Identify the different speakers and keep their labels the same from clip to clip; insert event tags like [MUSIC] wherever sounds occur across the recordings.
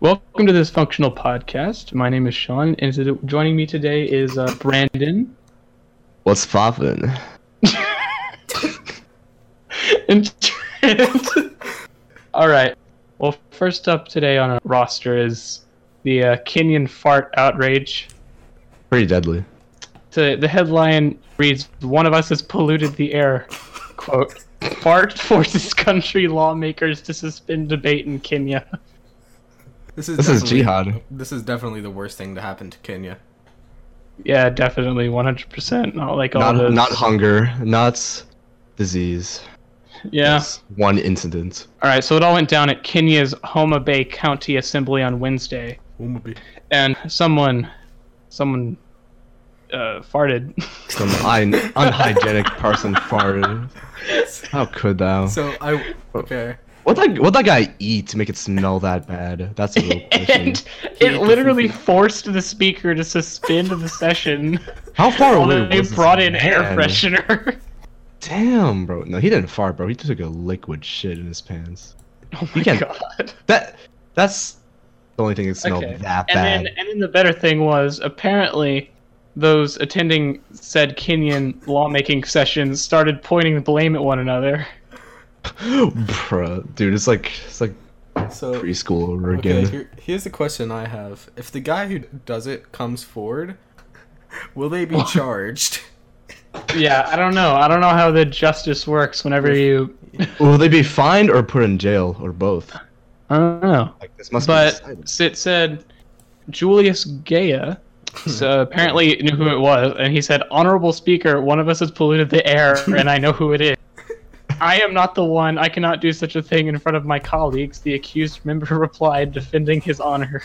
Speaker 1: Welcome to this functional podcast. My name is Sean, and to- joining me today is uh, Brandon. [LAUGHS]
Speaker 2: What's poppin'?
Speaker 1: and Trent. [LAUGHS] All right. Well, first up today on our roster is the uh, Kenyan fart outrage.
Speaker 2: Pretty deadly.
Speaker 1: To, the headline reads, "One of us has polluted the air." [LAUGHS] Quote: Fart forces country lawmakers to suspend debate in Kenya. [LAUGHS]
Speaker 3: This is
Speaker 2: This is
Speaker 3: definitely-
Speaker 2: jihad.
Speaker 3: This is definitely the worst thing to happen to Kenya.
Speaker 1: Yeah, definitely, one hundred percent. Not like all
Speaker 2: Not
Speaker 1: those.
Speaker 2: not hunger, not disease.
Speaker 1: yeah.
Speaker 2: Just One incident.
Speaker 1: All right, so it all went down at Kenya's Homa Bay County Assembly on Wednesday, and someone, someone, uh, farted.
Speaker 2: Some un-
Speaker 1: [LAUGHS]
Speaker 2: unhygienic person farted. How could thou?
Speaker 3: So
Speaker 2: [LAUGHS]
Speaker 3: I
Speaker 2: Oh.
Speaker 3: okay.
Speaker 2: what that what that guy eat to make it smell that bad? That's a real
Speaker 1: [LAUGHS]
Speaker 2: question.
Speaker 1: and it
Speaker 2: [LAUGHS]
Speaker 1: literally forced the speaker to suspend the session.
Speaker 2: How far away
Speaker 1: Although they
Speaker 2: was this
Speaker 1: brought in air
Speaker 2: man?
Speaker 1: freshener. [LAUGHS]
Speaker 2: Damn, bro. No, he didn't fart, bro. He just took a liquid shit in his pants.
Speaker 1: oh
Speaker 2: You
Speaker 1: my
Speaker 2: can't-
Speaker 1: god.
Speaker 2: That that's the only thing that smelled
Speaker 1: Okay.
Speaker 2: that
Speaker 1: And
Speaker 2: bad. [GASPS]
Speaker 1: then, and then the better thing was apparently those attending said Kenyan lawmaking session started pointing the blame at one another. [LAUGHS]
Speaker 2: Bruh, dude, it's like it's like
Speaker 3: So
Speaker 2: preschool over
Speaker 3: okay,
Speaker 2: again.
Speaker 3: here, here's the question I have: If the guy who does it comes forward, will they
Speaker 2: [LAUGHS]
Speaker 3: be charged?
Speaker 1: Yeah, I don't know. I don't know how the justice works whenever you.
Speaker 2: Will they be fined or put in jail or both?
Speaker 1: I don't know.
Speaker 2: Like this must
Speaker 1: But
Speaker 2: be. decided. [LAUGHS]
Speaker 1: it said Julius Gaya. So apparently knew who it was, and he said, "Honorable Speaker, one of us has polluted the [LAUGHS] air, and I know who it is. I am not the one. I cannot do such a thing in front of my colleagues." The accused member [LAUGHS] replied, defending his honor.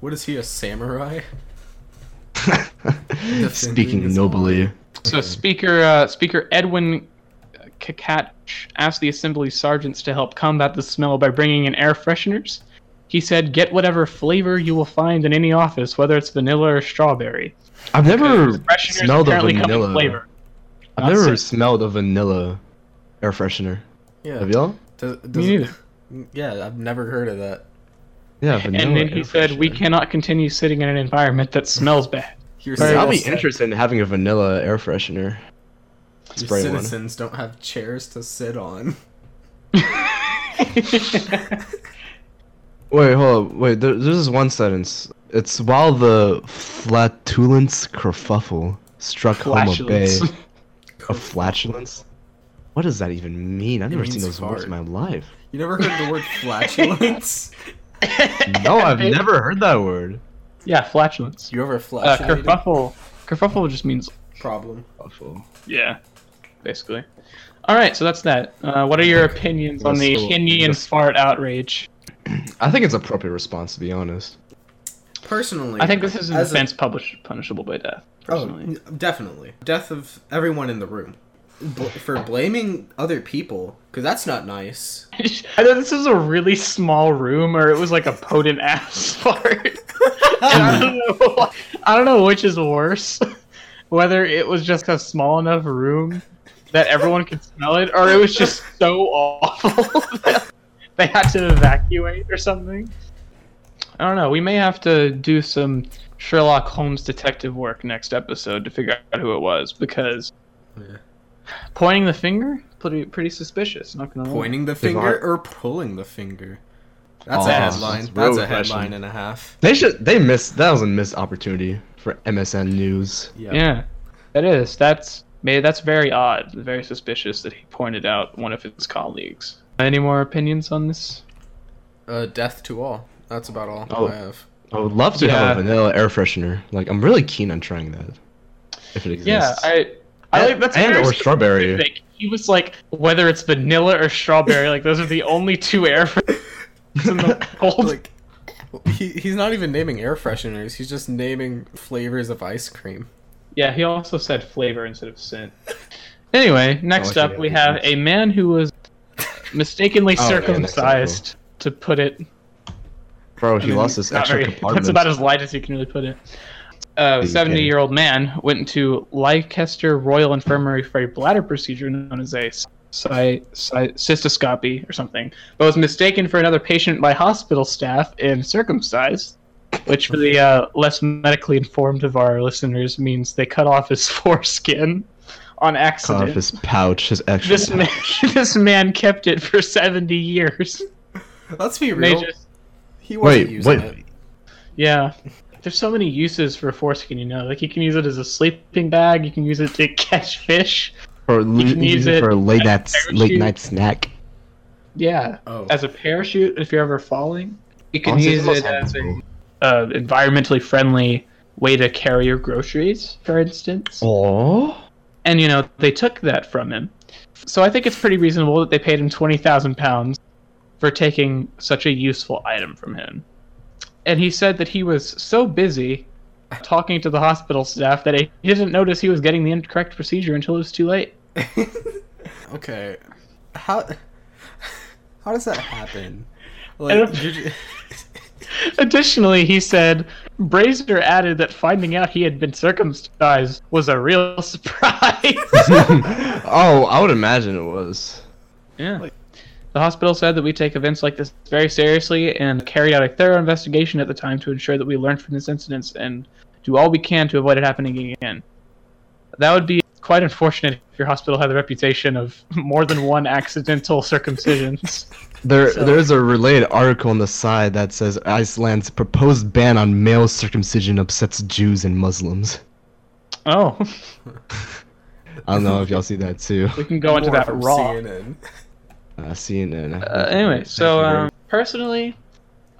Speaker 3: What is he a samurai?
Speaker 2: Speaking
Speaker 3: is
Speaker 2: nobly.
Speaker 1: [LAUGHS] So Speaker uh, Speaker Edwin Kakach asked the Assembly sergeants to help combat the smell by bringing in air fresheners. He said, "Get whatever flavor you will find in any office, whether it's vanilla or strawberry."
Speaker 2: I've never
Speaker 1: Fresheners
Speaker 2: smelled a
Speaker 1: apparently come in
Speaker 2: vanilla.
Speaker 1: flavor.
Speaker 2: I've never
Speaker 1: That's
Speaker 2: smelled a vanilla air freshener.
Speaker 3: Yeah.
Speaker 2: Have y'all?
Speaker 3: Does- does
Speaker 1: Me
Speaker 3: it- yeah, I've never heard of that.
Speaker 2: Yeah, vanilla.
Speaker 1: And then he
Speaker 2: air
Speaker 1: said, "We
Speaker 2: freshener.
Speaker 1: cannot continue sitting in an environment that smells
Speaker 3: [LAUGHS]
Speaker 1: bad."
Speaker 3: Your
Speaker 1: Very
Speaker 2: I'll be
Speaker 3: citizens-
Speaker 2: interested in having a vanilla air freshener.
Speaker 3: your
Speaker 2: spray one.
Speaker 3: citizens don't have chairs to sit on.
Speaker 2: Wait, hold up. Wait, there, there's this one sentence. It's while the flatulence kerfuffle struck home a bay.
Speaker 1: Flatulence.
Speaker 2: A flatulence? What does that even mean? I've never seen
Speaker 3: means
Speaker 2: those words in my
Speaker 3: fart.
Speaker 2: life.
Speaker 3: You never
Speaker 1: [LAUGHS]
Speaker 3: heard the word flatulence?
Speaker 2: [LAUGHS] No, I've never heard that word.
Speaker 1: Yeah, flatulence.
Speaker 3: You ever
Speaker 1: Uh,
Speaker 3: flatulated?
Speaker 1: kerfuffle. Kerfuffle just means
Speaker 3: Problem.
Speaker 1: yeah, basically. All right, so that's that. Uh, what are your opinions on the
Speaker 2: Let's go-
Speaker 1: Kenyan
Speaker 2: let's-
Speaker 1: fart outrage?
Speaker 2: I think it's appropriate response to be honest.
Speaker 3: Personally,
Speaker 1: I think this is an
Speaker 3: as a-
Speaker 1: offense publish- punishable by death. Personally, [LAUGHS]
Speaker 3: Oh, n- definitely. Death of everyone in the room. Bl- for blaming other people, because that's not nice.
Speaker 2: [LAUGHS]
Speaker 1: either this is a really small room or it was like a potent ass [LAUGHS] fart. And I don't know. I don't know which is worse. [LAUGHS] Whether it was just a small enough room that everyone could smell it, or it was just so awful [LAUGHS] that they had to evacuate or something. I don't know. We may have to do some Sherlock Holmes detective work next episode to figure out who it was because
Speaker 3: Yeah.
Speaker 1: pointing the finger pretty pretty suspicious. Not gonna lie.
Speaker 3: Pointing the
Speaker 2: I-
Speaker 3: finger or pulling the finger. That's
Speaker 2: Oh,
Speaker 3: a headline.
Speaker 2: that's a
Speaker 3: That's
Speaker 2: real
Speaker 3: a
Speaker 2: question.
Speaker 3: headline and a half.
Speaker 2: They should. They missed. That was a missed opportunity for MSN News.
Speaker 1: Yeah, that is. That's may- that's very odd. Very suspicious that he pointed out one of his colleagues. Any more opinions on this?
Speaker 3: Uh, death to all. That's about all
Speaker 2: Oh.
Speaker 1: [LAUGHS]
Speaker 2: [LAUGHS]
Speaker 3: I have.
Speaker 2: I would love to
Speaker 1: Yeah.
Speaker 2: have a vanilla air freshener. Like I'm really keen on trying that. If it exists.
Speaker 1: Yeah, I. I like that's
Speaker 2: and
Speaker 1: very
Speaker 2: or strawberry.
Speaker 1: specific. He was like, whether it's vanilla or strawberry, like those are the only two air fresheners in the world.
Speaker 3: Like, he, he's not even naming air fresheners. He's just naming flavors of ice cream.
Speaker 1: Yeah, he also said flavor instead of scent. Anyway, next
Speaker 2: Oh, I see
Speaker 1: up
Speaker 2: that
Speaker 1: we
Speaker 2: makes
Speaker 1: have
Speaker 2: sense.
Speaker 1: a man who was mistakenly
Speaker 2: Oh, yeah, next up, cool.
Speaker 1: circumcised, to put it
Speaker 2: Bro, he
Speaker 1: I mean,
Speaker 2: lost his
Speaker 1: not
Speaker 2: extra
Speaker 1: very- [LAUGHS]
Speaker 2: compartment.
Speaker 1: That's about as light as you can really put it. A
Speaker 2: Okay.
Speaker 1: 70 year old man went into Leicester Royal Infirmary for a bladder procedure known as a cy- cy- cystoscopy or something, but was mistaken for another patient by hospital staff and circumcised, which for the uh, less medically informed of our listeners means they cut off his [LAUGHS] foreskin on
Speaker 2: Cut off
Speaker 1: accident.
Speaker 2: his pouch, his extra.
Speaker 1: This man, [LAUGHS] this man kept it for 70 years.
Speaker 3: Let's be
Speaker 1: They
Speaker 3: real.
Speaker 1: just-
Speaker 3: He wasn't
Speaker 2: Wait,
Speaker 3: using
Speaker 2: wait.
Speaker 3: it.
Speaker 1: yeah. There's so many uses for foreskin, you know. Like you can use it as a sleeping bag, you can use it to [LAUGHS] catch fish.
Speaker 2: For,
Speaker 1: You can use it
Speaker 2: for a late
Speaker 1: as
Speaker 2: night,
Speaker 1: a
Speaker 2: late
Speaker 1: parachute.
Speaker 2: night snack.
Speaker 1: Yeah.
Speaker 3: Oh.
Speaker 1: As a parachute if you're ever falling. You can
Speaker 2: Honestly,
Speaker 1: use
Speaker 2: those
Speaker 1: it as a
Speaker 2: sound
Speaker 1: uh, environmentally friendly way to carry your groceries, for instance. Oh?
Speaker 2: cool. Aw.
Speaker 1: And you know, they took that from him. So I think it's pretty reasonable that they paid him 20,000 pounds for taking such a useful item from him. And he said that he was so busy talking to the hospital staff that he didn't notice he was getting the incorrect procedure until it was too late.
Speaker 3: [LAUGHS] okay. How how does that happen?
Speaker 1: I
Speaker 3: Like
Speaker 1: don't-
Speaker 3: you're ju-
Speaker 1: Additionally, he said Brazier added that finding out he had been circumcised was a real [LAUGHS] surprise.
Speaker 2: [LAUGHS] oh, I would imagine it was.
Speaker 1: Yeah. the hospital said that we take events like this very seriously and carried out a thorough investigation at the time to ensure that we learned from this incident and do all we can to avoid it happening again. That would be quite unfortunate if your hospital had the reputation of [LAUGHS] more than one accidental [LAUGHS] circumcisions.
Speaker 2: There,
Speaker 1: So-
Speaker 2: there is a related article on the side that says Iceland's proposed ban on male circumcision upsets Jews and Muslims.
Speaker 1: Oh,
Speaker 2: I don't know if y'all see that too.
Speaker 1: we can [LAUGHS] go into
Speaker 3: [LAUGHS] More
Speaker 1: that
Speaker 3: from
Speaker 1: raw.
Speaker 3: CNN.
Speaker 2: Uh, CNN.
Speaker 1: Uh, anyway, so um, personally,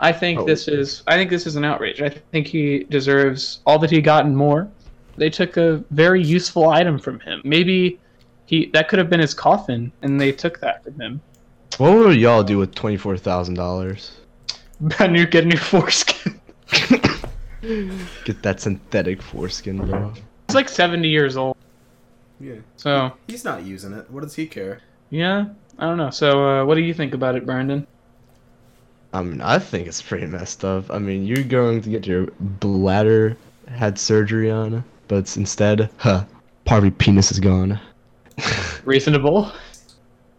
Speaker 1: I think
Speaker 2: Oh.
Speaker 1: this is I think this is an outrage. I think he deserves all that he got and more. They took a very useful item from him. Maybe he that could have been his coffin, and they took that from him. [LAUGHS]
Speaker 2: what would y'all do with twenty four thousand dollars? [LAUGHS]
Speaker 1: A new get a new foreskin. [LAUGHS]
Speaker 2: Get that synthetic foreskin, bro.
Speaker 1: He's like seventy years old,
Speaker 3: Yeah.
Speaker 1: so
Speaker 3: He's not using it. What does he care?
Speaker 1: yeah, I don't know. So uh, what do you think about it, Brandon?
Speaker 2: I mean, I think it's pretty messed up. I mean, you're going to get your bladder had surgery on, but it's instead, huh, part of your penis is gone.
Speaker 1: Reasonable.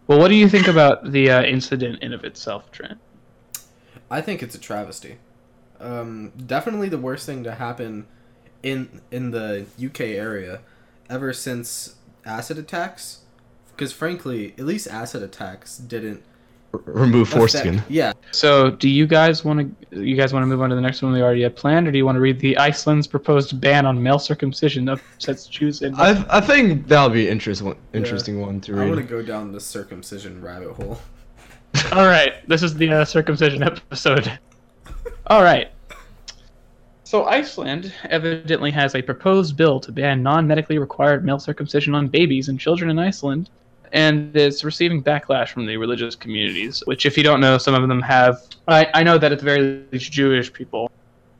Speaker 1: Well, what do you think about the uh, incident in of itself, Trent?
Speaker 3: I think it's a travesty. Um, definitely the worst thing to happen in in the UK area ever since acid attacks. Because frankly, at least acid attacks didn't
Speaker 2: R- remove foreskin.
Speaker 3: affect- Yeah,
Speaker 1: So, do you guys want to you guys want to move on to the next one we already had planned, or do you want to read the Iceland's proposed ban on male circumcision upsets Jews and
Speaker 2: I I think that'll be an interest one, interesting one to
Speaker 3: I want to
Speaker 2: read.
Speaker 3: go down the circumcision rabbit hole.
Speaker 1: All right, this is the uh, circumcision [LAUGHS] episode. All right. So Iceland evidently has a proposed bill to ban non-medically required male circumcision on babies and children in Iceland, and it's receiving backlash from the religious communities. Which, if you don't know, some of them have. I, I know that at the very least, Jewish people,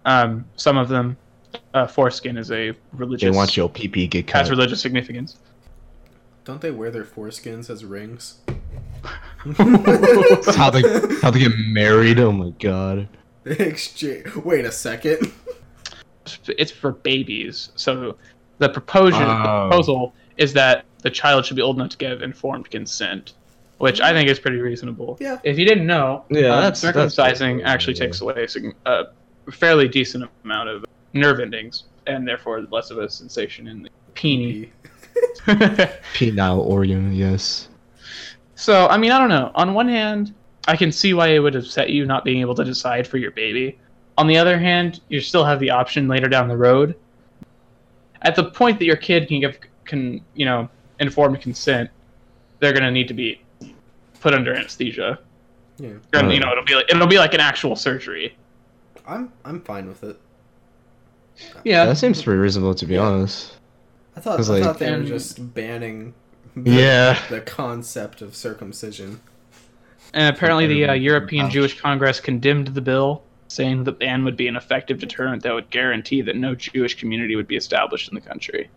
Speaker 1: um, some of them, uh, foreskin is a religious.
Speaker 2: They want your PP get cut.
Speaker 1: has religious significance.
Speaker 3: Don't they wear their foreskins as rings?
Speaker 2: [LAUGHS] That's how they
Speaker 1: [LAUGHS]
Speaker 2: how they get married. Oh my god.
Speaker 3: [LAUGHS] They exchange. Wait a second. [LAUGHS]
Speaker 1: it's for babies. So the proposal
Speaker 2: Oh.
Speaker 1: proposal is that the child should be old enough to give informed consent, which I think is pretty reasonable.
Speaker 3: Yeah.
Speaker 1: If you didn't know,
Speaker 2: Yeah,
Speaker 1: um,
Speaker 2: that's- that's-
Speaker 1: circumcising actually
Speaker 2: yeah.
Speaker 1: takes away a sig- a fairly decent amount of nerve endings and therefore less of a sensation in the
Speaker 2: Mm.
Speaker 3: [LAUGHS]
Speaker 1: peenie.
Speaker 2: Penile organ. Yes.
Speaker 1: So, I mean, I don't know. On one hand, I can see why it would upset you not being able to decide for your baby. On the other hand, you still have the option later down the road. At the point that your kid can give can you know informed consent, they're gonna need to be put under anesthesia.
Speaker 3: Yeah,
Speaker 1: They're gonna- You know, it'll be like, it'll be like an actual surgery.
Speaker 3: I'm I'm fine with it.
Speaker 1: Yeah,
Speaker 2: That seems pretty reasonable to be honest.
Speaker 3: I thought I
Speaker 2: Cause, like-
Speaker 3: thought they were
Speaker 1: And-
Speaker 3: just banning. the-
Speaker 2: Yeah.
Speaker 3: The concept of circumcision.
Speaker 1: and apparently the uh,
Speaker 2: Ouch.
Speaker 1: European Jewish Congress condemned the bill, saying the ban would be an effective deterrent that would guarantee that no Jewish community would be established in the country.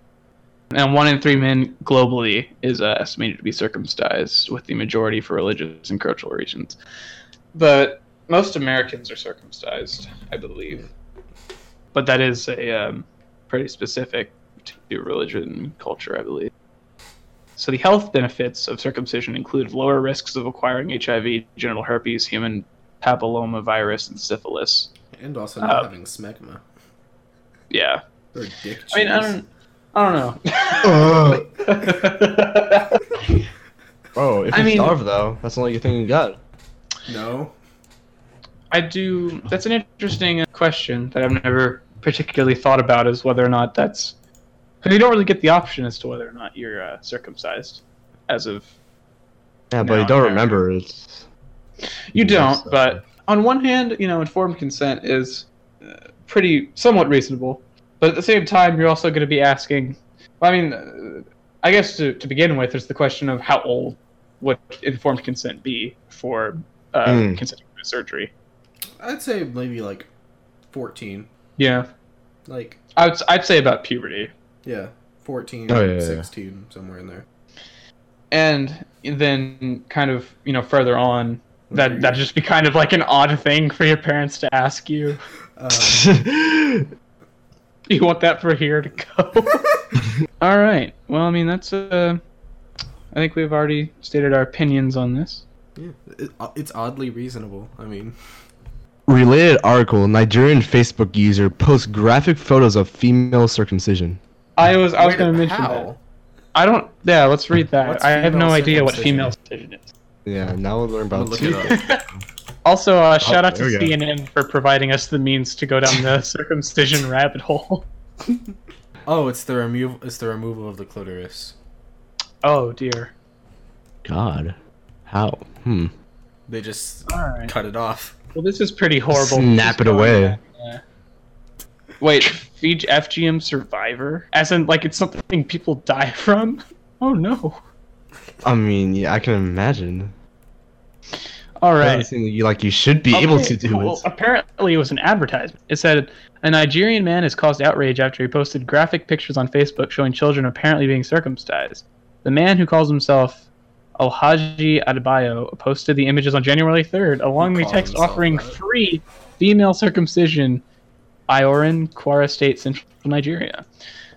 Speaker 1: And one in three men globally is uh, estimated to be circumcised, with the majority for religious and cultural reasons. But most Americans are circumcised, I believe. But that is a um, pretty specific to religion and culture, I believe. So the health benefits of circumcision include lower risks of acquiring HIV, genital herpes, human papillomavirus, and syphilis.
Speaker 3: And also not
Speaker 1: Uh,
Speaker 3: having smegma
Speaker 1: Yeah.
Speaker 3: or dick cheese.
Speaker 1: I mean, I don't, I
Speaker 2: Ugh.
Speaker 1: don't know. [LAUGHS]
Speaker 2: Bro, if
Speaker 1: I
Speaker 2: you
Speaker 1: mean-
Speaker 2: starve though, that's the only thing you got.
Speaker 3: No.
Speaker 1: I do. That's an interesting uh, question that I've never particularly thought about is whether or not that's. Because you don't really get the option as to whether or not you're uh, circumcised, as of
Speaker 2: Yeah, but
Speaker 1: No,
Speaker 2: you don't
Speaker 1: no.
Speaker 2: remember. It's
Speaker 1: You
Speaker 2: Yeah,
Speaker 1: don't,
Speaker 2: so-
Speaker 1: but on one hand, you know, informed consent is uh, pretty somewhat reasonable, but at the same time, you're also going to be asking. Well, I mean, uh, I guess to, to begin with, there's the question of how old would informed consent be for uh,
Speaker 2: Mm.
Speaker 1: consenting to surgery.
Speaker 3: I'd say maybe like 14.
Speaker 1: Yeah,
Speaker 3: Like,
Speaker 1: I would, s- I'd say about puberty,
Speaker 3: yeah, 14,
Speaker 2: Oh, yeah, yeah, yeah.
Speaker 3: 16, somewhere in there.
Speaker 1: and then kind of you know further on,
Speaker 3: Whatever
Speaker 1: that that'd just be kind of like an odd thing for your parents to ask you.
Speaker 3: Um,
Speaker 1: [LAUGHS] You want that for here to go? All right. Well, I mean, that's. Uh, I think we've already stated our opinions on this.
Speaker 3: yeah, it, uh, it's oddly reasonable. I mean,
Speaker 2: [LAUGHS] related article: Nigerian Facebook user posts graphic photos of female circumcision.
Speaker 1: I was I was
Speaker 3: Wait,
Speaker 1: going to mention that.
Speaker 3: how?
Speaker 1: I don't. Yeah, let's read that.
Speaker 3: What's
Speaker 1: I have no
Speaker 3: female
Speaker 1: idea what
Speaker 3: circumcision?
Speaker 1: female circumcision is.
Speaker 2: Yeah, now we'll learn
Speaker 3: I'm
Speaker 2: about.
Speaker 3: gonna
Speaker 2: two-
Speaker 3: look it up.
Speaker 1: Also, uh, shout out to
Speaker 2: there we go.
Speaker 1: CNN for providing us the means to go down the [LAUGHS] circumcision rabbit hole.
Speaker 3: Oh, it's the removal. It's the removal of the clitoris.
Speaker 1: Oh dear.
Speaker 2: [LAUGHS] God, how? Hmm.
Speaker 3: They just
Speaker 1: All right.
Speaker 3: cut it off.
Speaker 1: Well, this is pretty horrible.
Speaker 2: Snap
Speaker 1: Just
Speaker 2: it
Speaker 1: going
Speaker 2: away.
Speaker 1: back, yeah. Wait, Fij- FGM survivor? As in, like it's something people die [LAUGHS] from? Oh no.
Speaker 2: I mean, yeah, I can imagine.
Speaker 1: All
Speaker 2: Doesn't
Speaker 1: right.
Speaker 2: seem like you- like you should be able to
Speaker 1: Okay,
Speaker 2: do
Speaker 1: well,
Speaker 2: it.
Speaker 1: Apparently, it was an advertisement. It said a Nigerian man has caused outrage after he posted graphic pictures on Facebook showing children apparently being circumcised. The man who calls himself Alhaji Adebayo posted the images on January 3rd, along
Speaker 3: He
Speaker 1: with
Speaker 3: calls
Speaker 1: text
Speaker 3: himself
Speaker 1: offering
Speaker 3: that.
Speaker 1: free female circumcision, Iorin, Kwara State, Central Nigeria.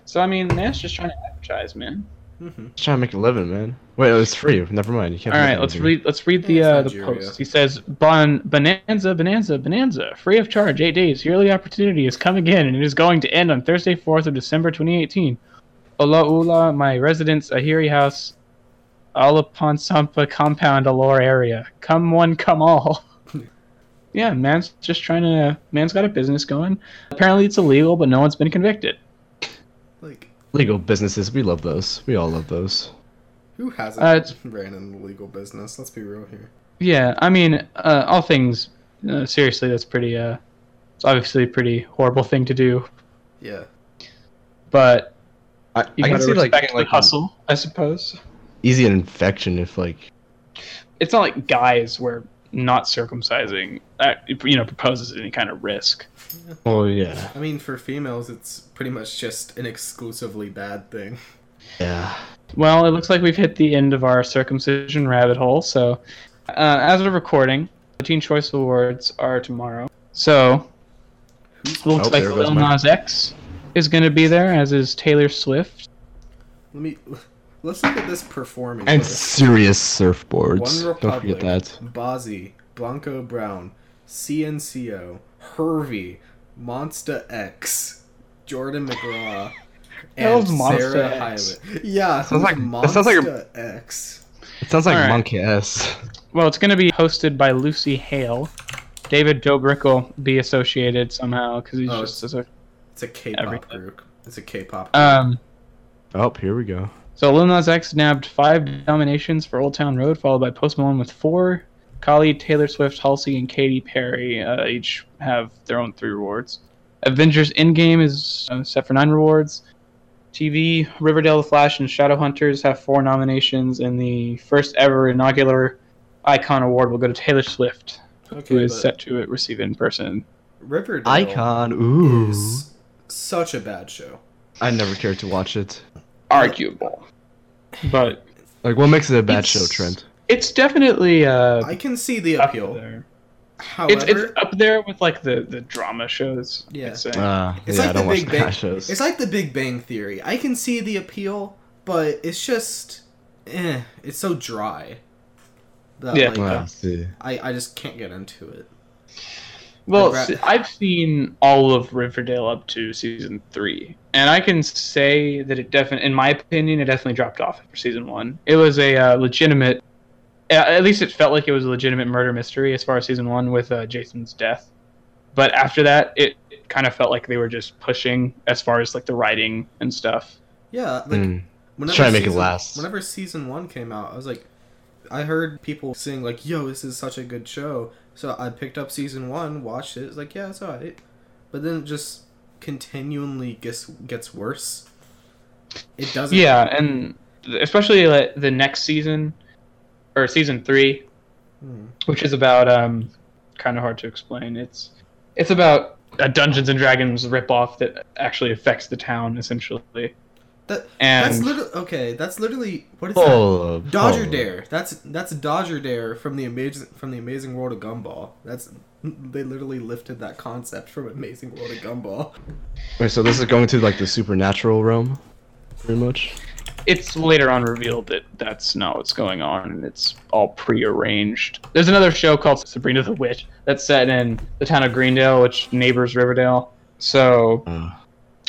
Speaker 1: So I mean, man's just trying to advertise, man.
Speaker 3: Mm-hmm.
Speaker 2: Just trying to make a living, man. Wait, no, it's free. Never mind. You can't.
Speaker 1: All
Speaker 2: make
Speaker 1: right,
Speaker 2: a
Speaker 1: let's
Speaker 2: living.
Speaker 1: read. Let's read the
Speaker 3: Yeah,
Speaker 1: uh,
Speaker 3: it's
Speaker 1: the
Speaker 3: Nigeria.
Speaker 1: post. He says, "Bon bonanza, bonanza, bonanza, free of charge, eight days. Your early opportunity has come again, and it is going to end on Thursday, fourth of December, 2018. Ola Ula, my residence, Ahiri House, Alaponsampa compound, Alor area. Come one, come all." [LAUGHS] yeah, man's just trying to. Man's got a business going. Apparently, it's illegal, but no one's been convicted.
Speaker 3: Like,
Speaker 2: Legal businesses. We love those. We all love those.
Speaker 3: who hasn't
Speaker 1: Uh, it's-
Speaker 3: ran an illegal business? Let's be real here.
Speaker 1: Yeah, I mean, uh, all things uh, seriously, that's pretty. Uh, it's obviously a pretty horrible thing to do,
Speaker 3: Yeah.
Speaker 1: but
Speaker 2: I,
Speaker 1: you
Speaker 2: I
Speaker 1: gotta
Speaker 2: can see like,
Speaker 1: respect
Speaker 2: getting,
Speaker 1: the
Speaker 2: like an
Speaker 1: hustle, I suppose.
Speaker 2: easy infection if like
Speaker 1: It's not like guys were not circumcising that you know proposes any kind of risk.
Speaker 2: oh yeah
Speaker 3: I mean, for females, it's pretty much just an exclusively bad thing. [LAUGHS]
Speaker 2: yeah
Speaker 1: Well, it looks like we've hit the end of our circumcision rabbit hole. So, uh, as of recording, the Teen Choice Awards are tomorrow. So, it looks
Speaker 2: Oh,
Speaker 1: like
Speaker 2: there goes
Speaker 1: Lil
Speaker 2: my-
Speaker 1: Nas X is going to be there, as is Taylor Swift.
Speaker 3: Let me. [LAUGHS] Let's look at this performance.
Speaker 2: and
Speaker 3: list.
Speaker 2: serious
Speaker 3: One
Speaker 2: surfboards. Don't
Speaker 3: Republic,
Speaker 2: forget that.
Speaker 3: Bozzy, Blanco Brown, CNCO, Hervey, Monsta X, Jordan
Speaker 1: That
Speaker 3: McGraw, and
Speaker 1: was Monsta
Speaker 3: Sarah
Speaker 1: X.
Speaker 3: Hyland. Yeah,
Speaker 2: Sounds like- that
Speaker 3: Monsta
Speaker 2: sounds like a-
Speaker 3: X.
Speaker 2: It sounds like
Speaker 1: Alright.
Speaker 2: monkey [LAUGHS] ass.
Speaker 1: Well, it's going to be hosted by Lucy Hale. David Dobrik will be associated somehow because he's
Speaker 3: Oh,
Speaker 1: just as a,
Speaker 3: It's a K-pop
Speaker 1: Everything.
Speaker 3: group. It's a K-pop.
Speaker 1: um.
Speaker 2: Oh, here we go.
Speaker 1: So Lil Nas X nabbed five nominations for Old Town Road, followed by Post Malone with four. Kali, Taylor Swift, Halsey, and Katy Perry uh, each have their own three rewards. Avengers Endgame is uh, set for nine rewards. TV, Riverdale, The Flash, and Shadowhunters have four nominations, and the first ever inaugural Icon Award will go to Taylor Swift,
Speaker 3: okay,
Speaker 1: who is
Speaker 3: but
Speaker 1: set to receive it in person
Speaker 3: Riverdale
Speaker 2: Icon. Ooh.
Speaker 3: is such a bad show.
Speaker 2: I never cared to watch it.
Speaker 1: arguable, but
Speaker 2: Like, what makes it a bad
Speaker 1: It's-
Speaker 2: show, Trent?
Speaker 1: it's definitely uh,
Speaker 3: I can see the
Speaker 1: up
Speaker 3: appeal.
Speaker 1: there.
Speaker 3: However,
Speaker 1: It's, it's up there with like the, the drama shows.
Speaker 3: Yeah.
Speaker 1: I'd say.
Speaker 2: Uh,
Speaker 3: It's
Speaker 2: yeah,
Speaker 3: like
Speaker 2: I don't
Speaker 3: the
Speaker 2: watch
Speaker 3: Big
Speaker 2: the
Speaker 3: Bang.
Speaker 2: shows.
Speaker 3: It's like the Big Bang Theory. I can see the appeal, but it's just eh, it's so dry. That,
Speaker 1: Yeah.
Speaker 3: like,
Speaker 2: Well, I see.
Speaker 3: I, I just can't get into it.
Speaker 1: Well,
Speaker 3: I'd ra-
Speaker 1: s- I've seen all of Riverdale up to season three, and I can say that it definitely, in my opinion, it definitely dropped off after season one. It was a uh, legitimate, a- at least it felt like it was a legitimate murder mystery as far as season one with uh, Jason's death. But after that, it, it kind of felt like they were just pushing as far as like the writing and stuff.
Speaker 3: Yeah, like
Speaker 2: Mm.
Speaker 3: whenever
Speaker 2: try to make it
Speaker 3: season-
Speaker 2: last.
Speaker 3: Whenever season one came out, I was like, I heard people saying like, "Yo, this is such a good show." So I picked up season one, watched it. It's like, yeah, it's alright, but then it just continually gets gets worse. It doesn't.
Speaker 1: Yeah, and especially like, the next season, or season three,
Speaker 3: Hmm.
Speaker 1: which is about um kind of hard to explain. It's it's about a Dungeons and Dragons ripoff that actually affects the town essentially.
Speaker 3: That
Speaker 1: And Oh.
Speaker 3: that's literally okay. That's literally what is that?
Speaker 2: Hold up,
Speaker 3: Dodger
Speaker 2: hold up.
Speaker 3: Dare. That's that's Dodger Dare from the amazing from the Amazing World of Gumball. That's they literally lifted that concept from Amazing World of Gumball.
Speaker 2: Wait, so this is going to like the supernatural realm, pretty much.
Speaker 1: it's later on revealed that that's not what's going on and it's all prearranged. There's another show called Sabrina the Witch that's set in the town of Greendale, which neighbors Riverdale. So
Speaker 2: Uh,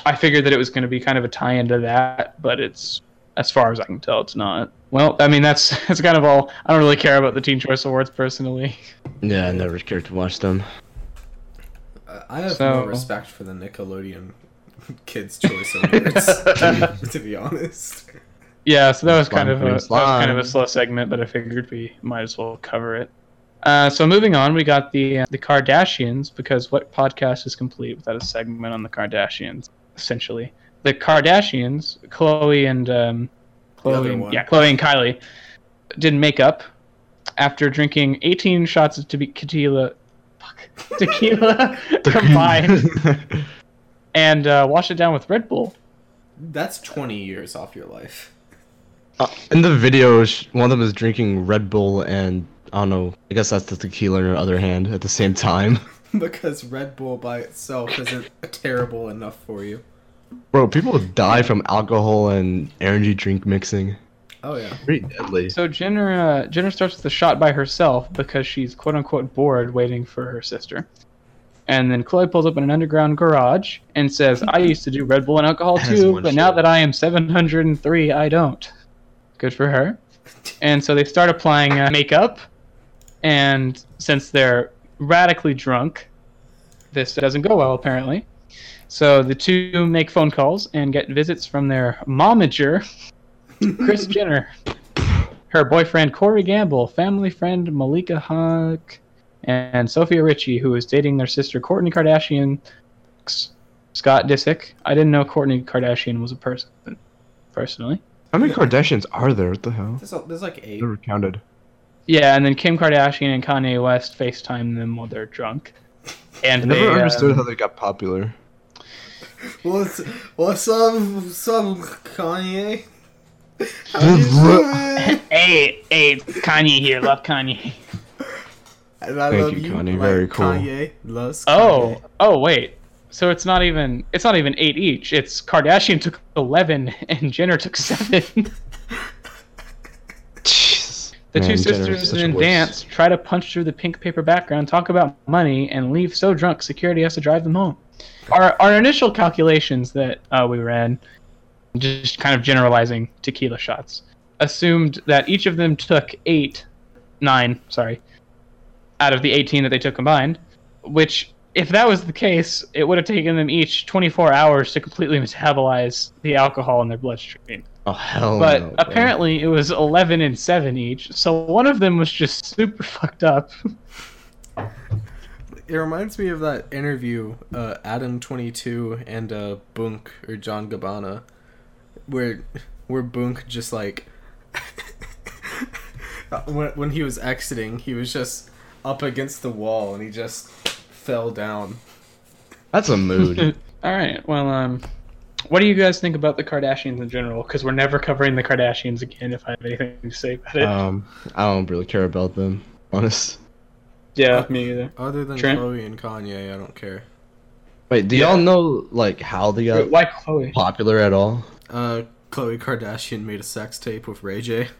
Speaker 1: I figured that it was going to be kind of a tie-in to that, but it's as far as I can tell, it's not. Well, I mean, that's [LAUGHS] that's kind of all. I don't really care about the Teen Choice Awards personally.
Speaker 2: yeah, I never cared to watch them.
Speaker 3: Uh, I have
Speaker 1: So-
Speaker 3: no respect for the Nickelodeon [LAUGHS] Kids'
Speaker 2: [LAUGHS]
Speaker 3: Choice Awards, to be honest.
Speaker 1: Yeah, so that was kind
Speaker 2: Slime
Speaker 1: of a, that was
Speaker 2: Prince
Speaker 1: kind of a slow
Speaker 2: Slime.
Speaker 1: segment, but I figured we might as well cover it. Uh, so moving on, we got the uh, the Kardashians because what podcast is complete without a segment on the Kardashians? Essentially, the Kardashians, Chloe and um,
Speaker 3: other
Speaker 1: Chloe,
Speaker 3: one.
Speaker 1: and, yeah, Chloe and Kylie did make up after drinking 18 shots of tebi- tequila, fuck, [LAUGHS]
Speaker 3: [LAUGHS]
Speaker 1: tequila combined, and uh, washed it down with Red Bull.
Speaker 3: That's 20 years off your life.
Speaker 2: [LAUGHS]
Speaker 3: [LAUGHS]
Speaker 2: Uh, in the video, sh- one of them is drinking Red Bull and I don't know. I guess that's the tequila in her other hand at the same time. [LAUGHS]
Speaker 3: Because Red Bull by itself isn't terrible enough for you.
Speaker 2: Bro, people die from alcohol and energy drink mixing.
Speaker 3: Oh,
Speaker 2: [LAUGHS]
Speaker 3: yeah.
Speaker 2: Pretty deadly.
Speaker 1: So Jenner, uh, Jenner starts with the shot by herself because she's quote unquote bored waiting for her sister. And then Chloe pulls up in an underground garage and says, I used to do Red Bull and alcohol
Speaker 2: As
Speaker 1: too,
Speaker 2: one
Speaker 1: but now
Speaker 2: should.
Speaker 1: that I am 703, I don't. Good for her. And so they start applying uh, makeup. And since they're radically drunk, this doesn't go well apparently. So the two make phone calls and get visits from their momager, Chris Jenner, her boyfriend Corey Gamble, family friend Malika Huck, and Sophia Ritchie, who is dating their sister Courtney Kardashian, S- Scott Disick. I didn't know Courtney Kardashian was a person, personally.
Speaker 2: How many Kardashians are there? What the hell?
Speaker 3: There's, there's like eight.
Speaker 2: Never counted.
Speaker 1: Yeah, and then Kim Kardashian and Kanye West FaceTime them while they're drunk. And
Speaker 2: I never
Speaker 1: they,
Speaker 2: understood
Speaker 1: um,
Speaker 2: how they got popular.
Speaker 3: Well, it's, what's up, what's up, Kanye? How you doing?
Speaker 1: Hey, hey, Kanye here. Love Kanye.
Speaker 3: And I
Speaker 2: Thank
Speaker 3: love
Speaker 2: you,
Speaker 3: you.
Speaker 2: Kanye, very cool.
Speaker 3: Kanye loves
Speaker 1: Oh,
Speaker 3: Kanye.
Speaker 1: oh, wait. So it's not even it's not even eight each. It's Kardashian took eleven and Jenner took seven. [LAUGHS]
Speaker 2: Jeez.
Speaker 1: The two
Speaker 2: Man, Jenner is
Speaker 1: sisters
Speaker 2: such a
Speaker 1: then
Speaker 2: wuss.
Speaker 1: dance, try to punch through the pink paper background, talk about money, and leave so drunk security has to drive them home. Our, our initial calculations that uh, we ran, just kind of generalizing tequila shots, assumed that each of them took eight, nine, sorry, out of the 18 that they took combined, which, if that was the case, it would have taken them each 24 hours to completely metabolize the alcohol in their bloodstream.
Speaker 2: Oh hell
Speaker 1: But
Speaker 2: no, bro.
Speaker 1: apparently it was 11 and 7 each, so one of them was just super [LAUGHS] fucked up.
Speaker 3: It reminds me of that interview uh, Adam twenty two and uh, Bunk or John Gabbana, where where Bunk just like [LAUGHS] when when he was exiting, he was just up against the wall and he just fell down.
Speaker 2: that's a mood.
Speaker 1: [LAUGHS] All right, well, um, what do you guys think about the Kardashians in general? Because we're never covering the Kardashians again if I have anything to say about it.
Speaker 2: um, I don't really care about them, honest.
Speaker 1: yeah, me either.
Speaker 3: Other than
Speaker 1: Trent?
Speaker 3: Chloe and Kanye, I don't care.
Speaker 2: Wait, do y'all know like how they got
Speaker 1: Why Chloe?
Speaker 2: popular at all?
Speaker 3: Uh, Chloe Kardashian made a sex tape with Ray J.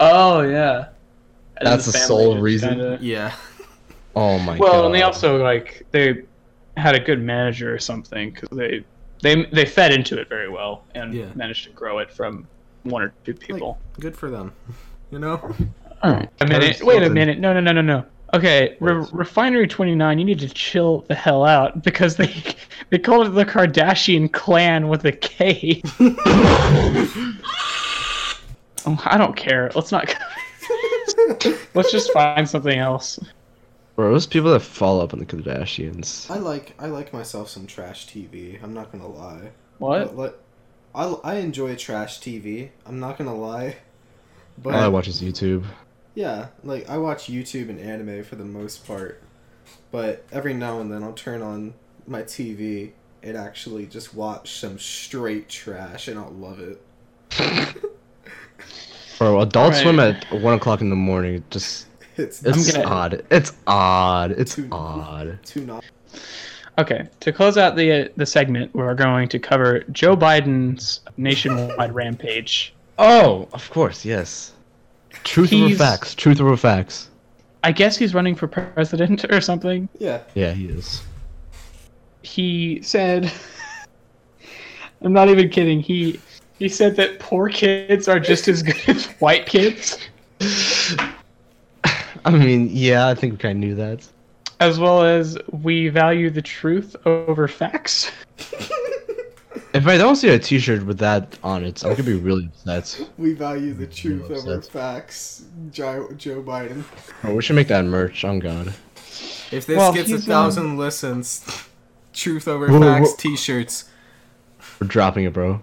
Speaker 1: Oh yeah. And then
Speaker 2: That's the
Speaker 1: family
Speaker 2: sole
Speaker 1: just
Speaker 2: reason?
Speaker 1: kinda-
Speaker 3: Yeah.
Speaker 2: Oh my god.
Speaker 1: Well, and they also like they had a good manager or something because they they they fed into it very well and
Speaker 3: Yeah.
Speaker 1: managed to grow it from one or two people.
Speaker 3: Good for them. You know?
Speaker 1: a minute.
Speaker 2: Paris
Speaker 1: Wait a
Speaker 2: Hilton.
Speaker 1: minute. No, no, no, no, no. Okay, Re-
Speaker 2: Yes.
Speaker 1: Refinery Twenty Nine. You need to chill the hell out because they [LAUGHS] they called it the Kardashian clan with a K. [LAUGHS] Oh, I don't care. Let's not. [LAUGHS] [LAUGHS] Let's just find something else.
Speaker 2: [LAUGHS] Bro, those people that fall up on the Kardashians.
Speaker 3: I like I like myself some trash TV. I'm not gonna lie.
Speaker 1: What?
Speaker 3: But, like, I I enjoy trash TV. I'm not gonna lie. But
Speaker 2: All I watch is YouTube.
Speaker 3: yeah, like I watch YouTube and anime for the most part. But every now and then I'll turn on my TV and actually just watch some straight trash and I'll love it. [LAUGHS]
Speaker 2: Bro, Adult
Speaker 1: Right.
Speaker 2: Swim at one o'clock in the morning. Just
Speaker 3: It's
Speaker 2: it's
Speaker 1: gonna-
Speaker 2: odd. It's odd. It's
Speaker 3: Dude.
Speaker 2: odd.
Speaker 3: too not
Speaker 1: Okay. To close out the the segment, we're going to cover Joe Biden's nationwide rampage.
Speaker 2: Oh, of course, yes. Truth over
Speaker 1: He's-
Speaker 2: facts. Truth over facts.
Speaker 1: I guess he's running for president [LAUGHS] or something.
Speaker 3: Yeah.
Speaker 2: Yeah, he is.
Speaker 1: he said [LAUGHS] I'm not even kidding. He he said that poor kids are just as good as white kids,
Speaker 2: I mean, yeah, I think we kind of knew that.
Speaker 1: as well as we value the truth over facts.
Speaker 2: If I don't see a T-shirt with that on it, I'm gonna be really upset.
Speaker 3: We value the truth
Speaker 2: upset.
Speaker 3: over facts, Jo- Joe Biden.
Speaker 2: Bro, we should make that merch. On God.
Speaker 3: If this
Speaker 1: Well,
Speaker 3: gets a
Speaker 1: he's,
Speaker 3: thousand listens, truth over
Speaker 2: Whoa,
Speaker 3: facts
Speaker 2: whoa.
Speaker 3: t-shirts.
Speaker 2: We're dropping it, bro. We're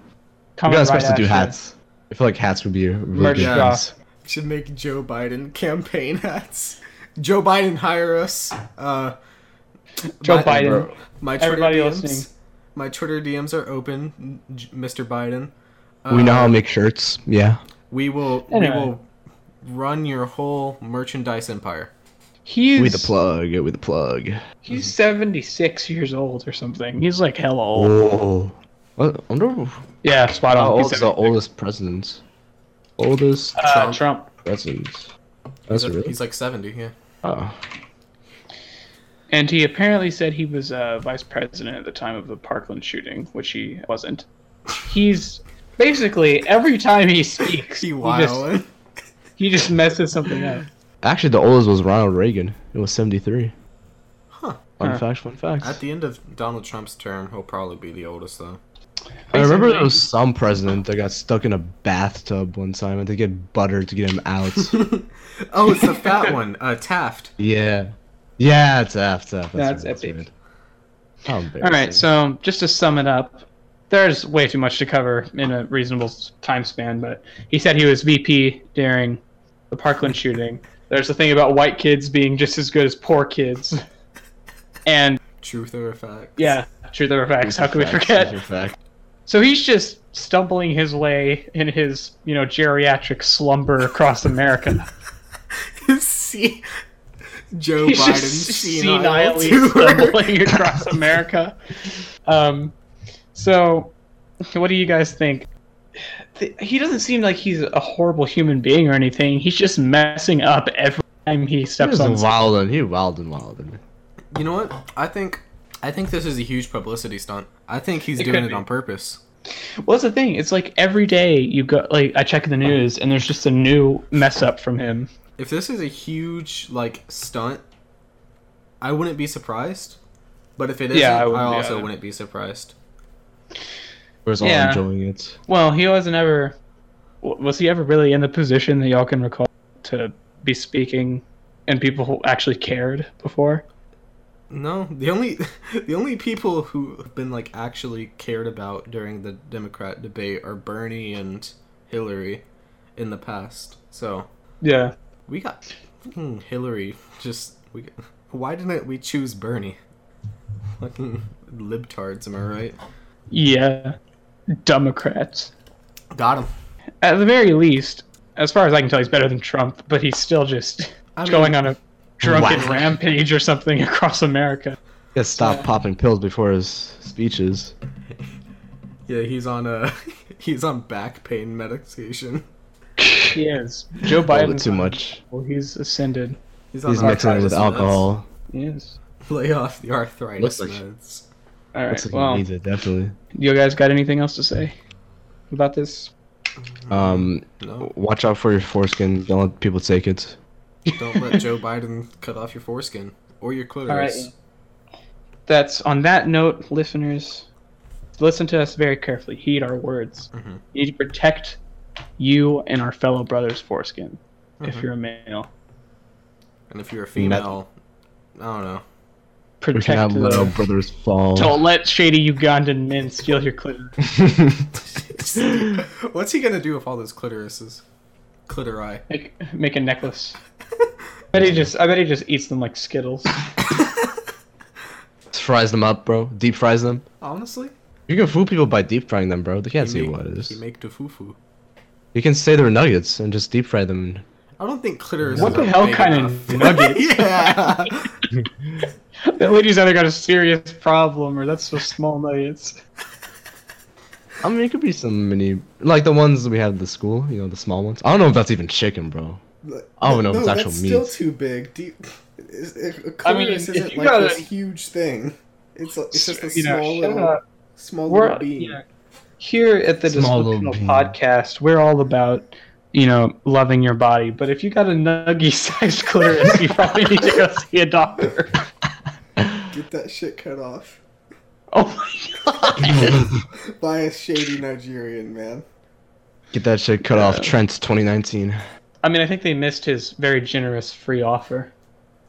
Speaker 1: Coming
Speaker 2: not supposed to
Speaker 1: at
Speaker 2: do
Speaker 1: you.
Speaker 2: hats. I feel like hats would be a really
Speaker 1: Merch
Speaker 2: good
Speaker 1: drop.
Speaker 2: hats.
Speaker 3: Should make Joe Biden [LAUGHS] campaign hats. Joe Biden hire us. Uh,
Speaker 1: Joe
Speaker 3: My-
Speaker 1: Biden.
Speaker 2: Bro,
Speaker 3: my Twitter
Speaker 1: Everybody
Speaker 3: DMs.
Speaker 1: listening.
Speaker 3: My Twitter DMs are open, J- Mr. Biden.
Speaker 2: we know
Speaker 3: Uh,
Speaker 2: how to make shirts. Yeah.
Speaker 3: We will.
Speaker 1: Anyway.
Speaker 3: We will run your whole merchandise empire.
Speaker 1: He's
Speaker 2: With the plug. With the plug.
Speaker 1: he's 76 years old or something. He's like hella old.
Speaker 2: Oh. What? I wonder
Speaker 1: Yeah, spot on.
Speaker 2: how
Speaker 1: He's
Speaker 2: old is the
Speaker 1: 76.
Speaker 2: oldest president. Oldest
Speaker 1: Uh,
Speaker 3: Trump?
Speaker 1: Trump.
Speaker 2: president.
Speaker 3: He's,
Speaker 2: That's
Speaker 3: a-
Speaker 2: really.
Speaker 3: he's like seventy.
Speaker 1: [LAUGHS]
Speaker 3: Yeah.
Speaker 2: Oh.
Speaker 1: And he apparently said he was uh, vice president at the time of the Parkland shooting, which he wasn't. He's basically every time he speaks,
Speaker 3: He
Speaker 1: just,
Speaker 3: wild.
Speaker 1: he just messes something up.
Speaker 2: Actually, the oldest was Ronald Reagan. It was 73.
Speaker 3: Huh.
Speaker 2: Fun
Speaker 1: Huh.
Speaker 2: fact, fun fact.
Speaker 3: At the end of Donald Trump's term, he'll probably be the oldest
Speaker 1: [LAUGHS]
Speaker 3: though.
Speaker 2: I remember there
Speaker 1: Basically,
Speaker 2: was some president that got stuck in a bathtub one time and they get butter to get him out.
Speaker 3: [LAUGHS] Oh, it's the fat one, uh, Taft.
Speaker 2: yeah. Yeah, it's F, That's,
Speaker 1: That's
Speaker 2: right,
Speaker 1: epic.
Speaker 2: right. How embarrassing.
Speaker 1: All right, so just to sum it up, there's way too much to cover in a reasonable s- time span, but he said he was VP during the Parkland shooting. There's the thing about white kids being just as good as poor kids. And
Speaker 3: Truth or fact?
Speaker 1: yeah, truth or facts, how can we
Speaker 2: Facts,
Speaker 1: forget?
Speaker 2: these are facts.
Speaker 1: So he's just stumbling his way in his, you know, geriatric slumber across America.
Speaker 3: [LAUGHS] See, Joe
Speaker 1: he's
Speaker 3: Biden
Speaker 1: just [LAUGHS]
Speaker 3: [LAUGHS] senile
Speaker 1: senilely
Speaker 3: tour.
Speaker 1: stumbling across America. Um, so, what do you guys think? Th- He doesn't seem like he's a horrible human being or anything. He's just messing up every time he
Speaker 2: He
Speaker 1: steps
Speaker 2: was
Speaker 1: on.
Speaker 2: wildin'. He wildin', wildin'.
Speaker 3: You know what? I think I think this is a huge publicity stunt. I think he's
Speaker 1: It
Speaker 3: doing
Speaker 1: could
Speaker 3: it
Speaker 1: be.
Speaker 3: on purpose.
Speaker 1: Well, that's the thing. It's like every day you go, like I check the news, and there's just a new mess up from him.
Speaker 3: If this is a huge like stunt, I wouldn't be surprised. But if it isn't,
Speaker 1: Yeah, I
Speaker 3: I,
Speaker 1: wouldn't be
Speaker 3: also
Speaker 1: either.
Speaker 3: wouldn't be surprised.
Speaker 2: We're just all
Speaker 1: Yeah.
Speaker 2: enjoying it.
Speaker 1: Well, he wasn't ever. w- Was he ever really in the position that y'all can recall to be speaking, and people who actually cared before?
Speaker 3: No, the only [LAUGHS] the only people who have been like actually cared about during the Democrat debate are Bernie and Hillary in the past. So
Speaker 1: Yeah.
Speaker 3: we got fucking Hillary. Just we. Why didn't we choose Bernie? Fucking libtards, am I right?
Speaker 1: Yeah. Democrats.
Speaker 3: Got him.
Speaker 1: At the very least, as far as I can tell, he's better than Trump, but he's still just
Speaker 3: I mean-
Speaker 1: going on a drunken
Speaker 2: Wow.
Speaker 1: rampage or something [LAUGHS] across
Speaker 2: [LAUGHS]
Speaker 1: America.
Speaker 2: Yeah, stop popping pills before his speeches.
Speaker 3: uh, [LAUGHS] Yeah, he's on a he's on back pain medication.
Speaker 1: He is. Joe
Speaker 2: A little
Speaker 1: Biden
Speaker 2: bit too much.
Speaker 1: Well, he's ascended.
Speaker 3: He's,
Speaker 2: He's
Speaker 3: on
Speaker 2: mixing it with
Speaker 3: arthritis meds.
Speaker 2: alcohol.
Speaker 1: He is.
Speaker 3: Lay off the
Speaker 2: Looks
Speaker 3: arthritis
Speaker 2: like-
Speaker 3: meds.
Speaker 1: All right.
Speaker 2: Looks like he
Speaker 1: Well,
Speaker 2: needs it definitely.
Speaker 1: you guys got anything else to say about this?
Speaker 2: Um,
Speaker 3: No,
Speaker 2: watch out for your foreskin. Don't let people take it.
Speaker 3: don't let Joe Biden cut off your foreskin or your clitoris.
Speaker 1: All right. [LAUGHS] That's on that note, listeners. Listen to us very carefully. Heed our words.
Speaker 3: Mhm.
Speaker 1: You need to protect you and our fellow brothers' foreskin. If
Speaker 3: Mhm.
Speaker 1: you're a male,
Speaker 3: And if you're a female, I don't know. [LAUGHS]
Speaker 2: We
Speaker 1: protect.
Speaker 2: cannot let our
Speaker 1: The...
Speaker 2: brothers fall.
Speaker 1: Don't let shady Ugandan men steal your clitoris.
Speaker 3: What's he gonna do with all those clitorises? Clitori. [LAUGHS]
Speaker 1: Make, make a necklace. I bet he just. I bet he just eats them like Skittles.
Speaker 2: [LAUGHS]
Speaker 1: [LAUGHS]
Speaker 2: fries them up, bro. Deep fries them.
Speaker 3: Honestly,
Speaker 2: You can fool people by deep frying them, bro. They can't see
Speaker 3: make,
Speaker 2: what it is.
Speaker 3: He make the fufu.
Speaker 2: You can say they're nuggets and just deep fry them.
Speaker 3: I don't think clitoris.
Speaker 1: What the hell kind of
Speaker 4: [LAUGHS]
Speaker 1: nugget?
Speaker 3: yeah.
Speaker 1: that lady's either got a serious problem or that's just small nuggets.
Speaker 2: I mean, it could be some mini, like the ones we have at the school. You know, the small ones. I don't know if that's even chicken, bro. [LAUGHS] Oh, no, it's actual
Speaker 4: that's still
Speaker 2: meat.
Speaker 4: too big. Do you, is, a clitoris
Speaker 1: I mean, if
Speaker 4: isn't
Speaker 1: you
Speaker 4: like
Speaker 1: gotta-
Speaker 4: this huge thing. It's like- it's just a
Speaker 1: You know,
Speaker 4: small
Speaker 1: shut
Speaker 4: little
Speaker 1: up.
Speaker 4: small
Speaker 1: we're
Speaker 4: little bean.
Speaker 1: you know, here at the
Speaker 2: Small
Speaker 1: Dysfunctional
Speaker 2: little bean.
Speaker 1: Podcast, we're all about you know loving your body. But if you got a nuggy [LAUGHS] sized clitoris, you probably need to go see a doctor. [LAUGHS]
Speaker 4: Get that shit cut off
Speaker 1: Oh my god!
Speaker 2: [LAUGHS]
Speaker 4: by a shady Nigerian man.
Speaker 2: Get that shit cut off, Trent 2019.
Speaker 1: I mean, I think they missed his very generous free offer,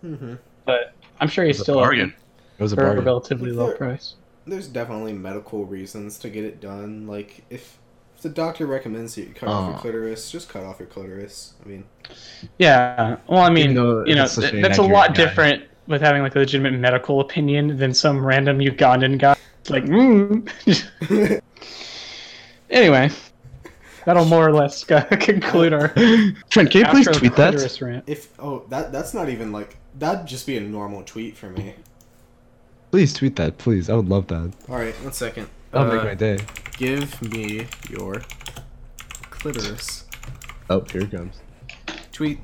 Speaker 4: Mm-hmm.
Speaker 1: but I'm sure he's
Speaker 2: a
Speaker 1: still
Speaker 2: bargain. It was a
Speaker 1: for a
Speaker 2: bargain.
Speaker 1: relatively low price.
Speaker 4: There's definitely medical reasons to get it done. Like if, if the doctor recommends that you cut off your
Speaker 2: Oh.
Speaker 4: clitoris, just cut off your clitoris. I mean, [LAUGHS]
Speaker 1: Yeah. Well, I mean,
Speaker 2: Even though
Speaker 1: you know,
Speaker 2: it's such
Speaker 1: th-
Speaker 2: a
Speaker 1: that's a lot
Speaker 2: Nigerian guy.
Speaker 1: different with having like a legitimate medical opinion than some random Ugandan guy. It's Like, mm. [LAUGHS] anyway, that'll more or less [LAUGHS] uh, conclude our.
Speaker 2: Trent, can you please
Speaker 1: outro
Speaker 2: tweet that?
Speaker 1: clitoris Rant.
Speaker 4: if oh that that's not even like that'd just be a normal tweet for me.
Speaker 2: Please tweet that, please. I would love that.
Speaker 4: All right,
Speaker 3: One second.
Speaker 2: That'll
Speaker 3: Uh,
Speaker 2: make my day.
Speaker 3: Give me your clitoris.
Speaker 2: Oh, here it comes.
Speaker 3: Tweet.